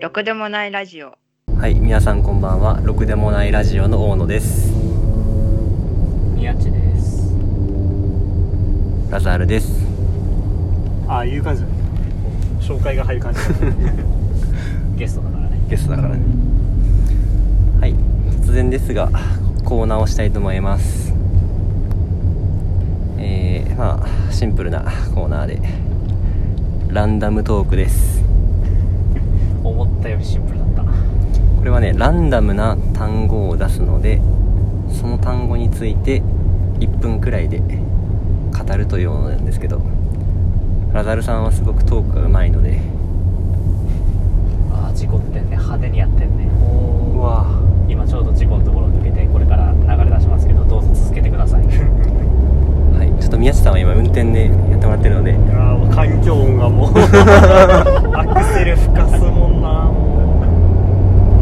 ろくでもないラジオはい、皆さんこんばんは。ろくでもないラジオの大野です。宮地ですラザールです。ああいう感じだねこう紹介が入る感じだね ゲストだからねゲストだからね。はい、突然ですが、コーナーをしたいと思います。えー、まあ、シンプルなコーナーで、ランダムトークです。思ったよりシンプルだったこれはね、ランダムな単語を出すので、その単語について1分くらいで語るというものなんですけど、ラザールさんはすごくトークが上手いので、ああ事故ってんね派手にやってんねうわぁ。今ちょうど事故のところを抜けてこれから流れ出しますけどどうぞ続けてくださいはい、ちょっと宮地さんは今運転でやってもらってるのでいやーもう環境音がもう アクセル吹かすもんなも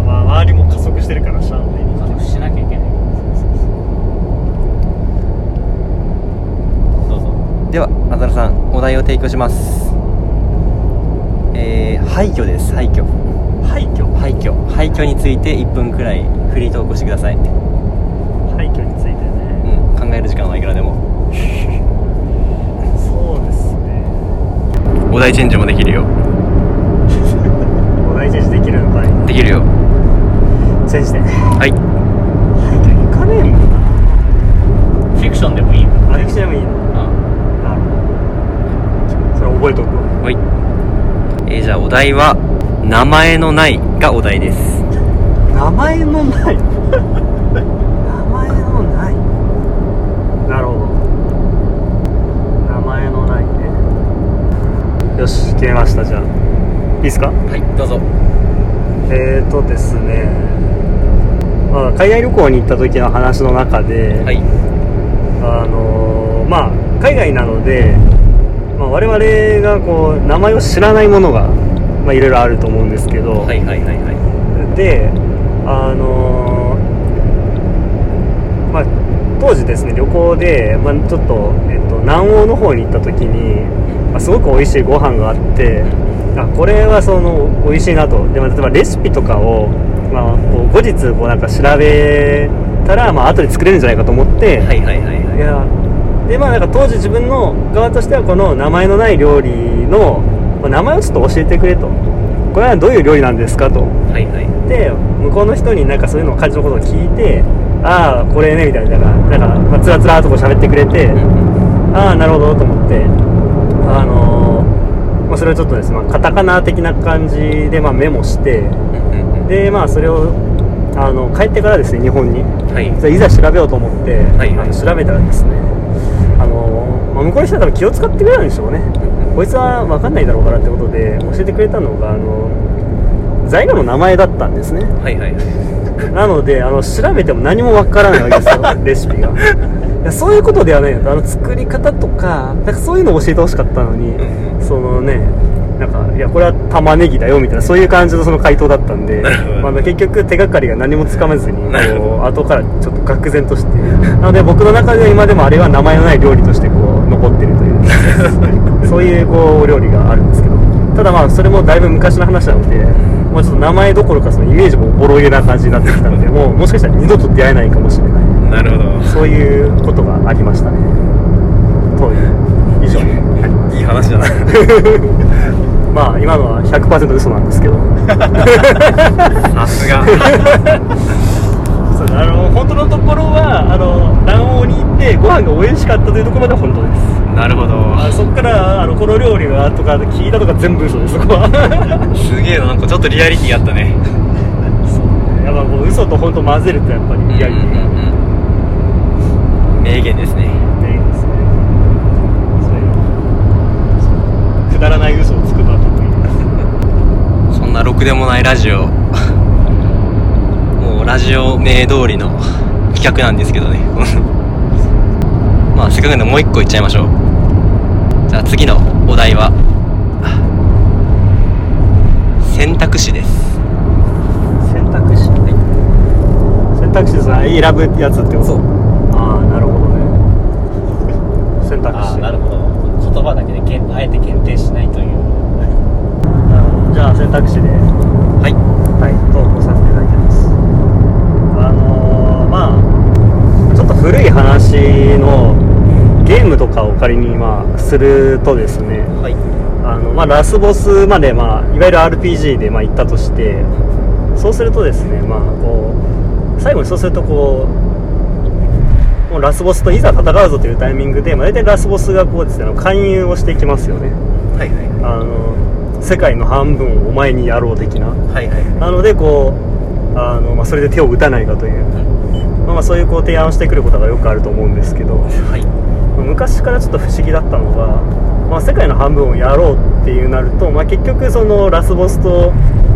うまあまあ周りも加速してるからしゃあないね加速しなきゃいけないどうぞではあざらさんお題を提供しますえー、廃墟です廃墟廃墟廃墟廃墟について1分くらいフリートークしてください、うん、考廃墟についてね、える時間はいくらでもそうですねお題チェンジもできるよお題チェンジできるのかいできるよチェンジでは廃い墟行かねえもんフィクションでもいいよなあれくちでもいいのうんなるほどそれ覚えとくわはいえー、じゃあお題は「名前のない」がお題です名前のない名前のないなるほど名前のないねよし決めましたじゃあいいですかはいどうぞえーとですね、まあ、海外旅行に行った時の話の中で、はいあのーまあ海外なので、まあ、我々がこう名前を知らないものが、まあ、いろいろあると思うんですけど、はいはいはいはいであのーまあ当時ですね旅行で、まあ、ちょっと、えっと、南欧の方に行った時に、まあ、すごく美味しいご飯があってあこれはその美味しいなとで、まあ、例えばレシピとかを、まあ、こう後日こうなんか調べたら、まあ後で作れるんじゃないかと思って、はいはいはいいやでまあなんか当時自分の側としてはこの名前のない料理の、まあ名前をちょっと教えてくれとこれはどういう料理なんですかとはいはいで向こうの人になんかそういうのを感じのことを聞いてああこれねみたいななんかなんか、まあ、つらつらーとこう喋ってくれてああなるほどと思ってあのーまあ、それをちょっとですね、まあ、カタカナ的な感じで、まあ、メモしてでまあそれをあの帰ってからですね日本にはいそれいざ調べようと思って、はいはいあの調べたらですねあのー、まあ、向こうの人は多分気を使ってくれたんでしょうねこいつは分かんないだろうからってことで教えてくれたのがあの材料の名前だったんですねはいはいはいなのであの調べても何もわからないわけですよレシピがいやそういうことではないのあの作り方とかなんかそういうのを教えてほしかったのに、んそのねなんかいやこれは玉ねぎだよみたいなそういう感じのその回答だったんで、まあ、結局手がかりが何もつかめずにこなるほう後からちょっと愕然としてなので僕の中では今でもあれは名前のない料理としてこう残ってるという そういうこうお料理があるんですけどただまあそれもだいぶ昔の話なのでもうちょっと名前どころかそのイメージもおぼろげな感じになってきたのでもうもしかしたら二度と出会えないかもしれないなるほどそういうことがありましたねという以上いい話だなまあ今のは100%嘘なんですけどさす があの本当のところはあの卵黄に行ってご飯が美味しかったというところまで本当ですなるほあどそっからあのこの料理はとか聞いたとか全部嘘ですそこはすげえななんかちょっとリアリティあったねそうやっぱこう嘘と本当混ぜるとやっぱりリアリティがある名言ですねっていうんですねそういうくだらない嘘をつくのは得意ですそんなろくでもないラジオもうラジオ名通りの企画なんですけどね まあせっかくなんでもう一個いっちゃいましょうじゃあ次のお題は選択肢です選択肢選択肢ですね選ぶやつってことそうああなるほどね選択ああ肢なるほど言葉だけでけんあえて限定しないというじゃあ選択肢ではい話のゲームとかを仮にまあするとですねはいあの、まあ、ラスボスまで、まあ、いわゆる RPG でまあ行ったとしてそうするとですね、まあ、こう最後にそうするとこうもうラスボスといざ戦うぞというタイミングで、まあ、大体ラスボスがこうですねあの勧誘をしてきますよねはいはいあの世界の半分をお前にやろう的なはいはいなのでこうあの、まあ、それで手を打たないかという、まあ、まあそういうこう提案をしてくることがよくあると思うんですけどはい昔からちょっと不思議だったのが、まあ、世界の半分をやろうっていうなると、まあ、結局そのラスボスと、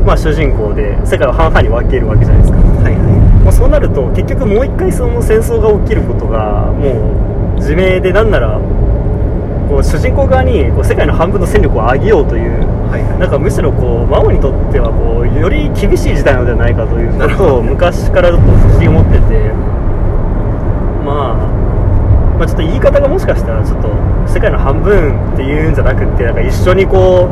まあ、主人公で世界を半々に分けるわけじゃないですか、はいはまあ、そうなると結局もう一回その戦争が起きることがもう自明でなんならこう主人公側にこう世界の半分の戦力を上げようといういはいなんかむしろこう魔王にとってはこうより厳しい時代なのではないかというなるこほとを昔からちょっと不思議に思ってて、まあ、まあちょっと言い方がもしかしたらちょっと世界の半分っていうんじゃなくってなんか一緒にこう、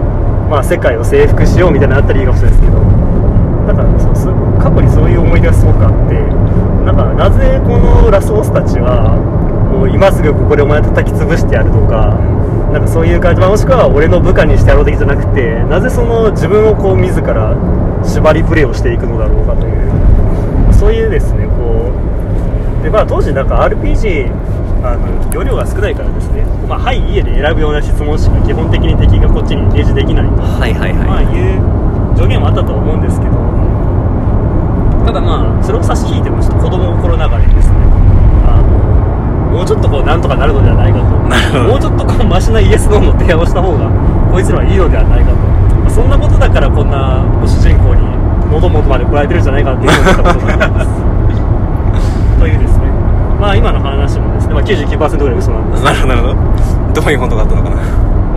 まあ、世界を征服しようみたいなのあったらいいかもしれないですけどなんかそうそう過去にそういう思い出がすごくあってなんかなぜこのラスボスたちはもう今すぐここでお前叩き潰してやるとか。なんかそういう感じ、まあもしくは俺の部下にしてやろう的じゃなくてなぜその自分をこう自ら縛りプレーをしていくのだろうかというそういうですねこうでまあ当時なんか RPG あの容量が少ないからですね、まあ、はい、いいえで選ぶような質問しか基本的に敵がこっちに提示できないと、はいはいまあ、はいいう助言はあったとは思うんですけどただまあそれを差し引いてもちょっと子供心ながらにですねあのもうちょっとこうなんとかなるのではないかとなるほどもうちょっとこうマシなイエス・ノーの提案をした方がこいつらはいいのではないかと、まあそんなことだからこんな主人公に喉元まで来られてるんじゃないかっていうようなことがありま すというですねまあ今の話もですね、まあ、99%ぐらい 嘘なんですなるほどなるほどどういう本当があったのかな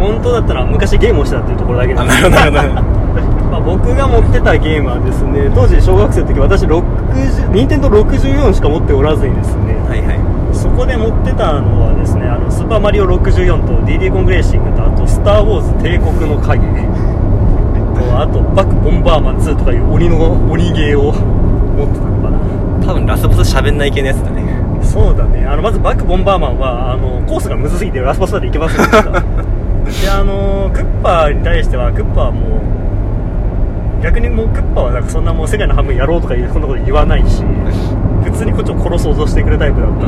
本当だったら昔ゲームをしてたっていうところだけですあなるほどなるほど まあ、僕が持ってたゲームはですね当時小学生の時私60任天堂64しか持っておらずにですね はいはいそこで持ってたのはですね「あのスーパーマリオ64」と「DD コングレーシング」とあと「スター・ウォーズ帝国 の影」とあと「バック・ボンバーマン2」とかいう鬼の鬼ゲーを持ってたのかな多分ラスボス喋んない系のやつだねそうだねあのまずバックボンバーマンはあのコースがむずすぎてラスボスまで行けませんでしたであのクッパに対してはクッパはもう逆にもうクッパはなんかそんなもう世界の半分やろうとかいうそんなこと言わないし普通にこっちを殺そうとしてくるタイプだった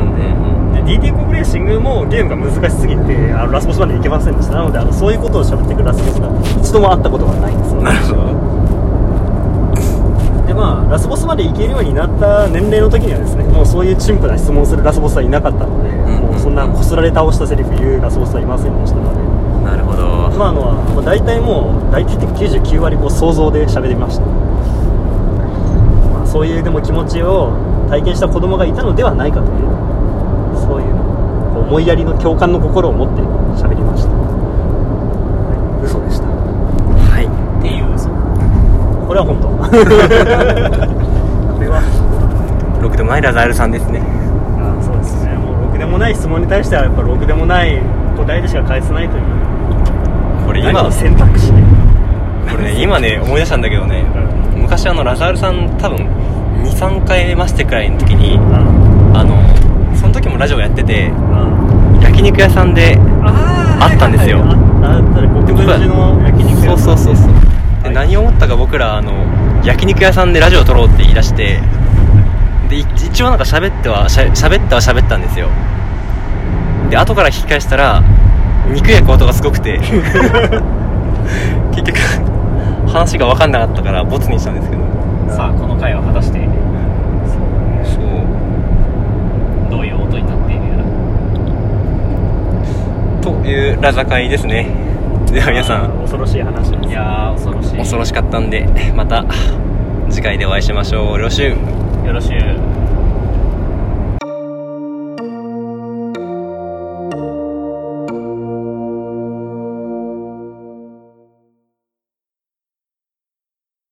んで、で DT コングレーシングもゲームが難しすぎてあのラスボスまで行けませんでしたなのであのそういうことを喋ってくるラスボスが一度も会ったことがないんですよなるほどでまあラスボスまで行けるようになった年齢の時にはですねもうそういう陳腐な質問をするラスボスはいなかったので、んもうそんなこすられ倒したセリフ言うラスボスはいませんでしたので、なるほどまああのまあ、大体もう大体99割こう想像で喋りました、まあ、そういうでも気持ちを体験した子供がいたのではないかというそういうこう思いやりの共感の心を持って喋りました、はい、嘘でしたはいっていう嘘これは本当これはろくでもないラザールさんですねあそうですねもうろくでもない質問に対してはやっぱろくでもない答えでしか返せないというこれ何今の選択肢で、これね今ね思い出したんだけどね昔あのラザールさん多分23回ましてくらいの時にああのその時もラジオやっててあ焼肉屋さんでああったんですよああったら国分寺の焼肉そうそうそうそうではい何を思ったか僕らあの焼肉屋さんでラジオ撮ろうって言い出してでい一応なんか喋ってはしゃ喋ったは喋ったんですよで後から引き返したら肉焼く音がすごくて結局話が分かんなかったからボツにしたんですけどさあこの回は果たしてそうどういう音になっているやといらうラザ会ですねでは皆さんあ恐ろしい話ですいやー恐 ろしい恐ろしかったんでまた次回でお会いしましょう両週 よろしゅう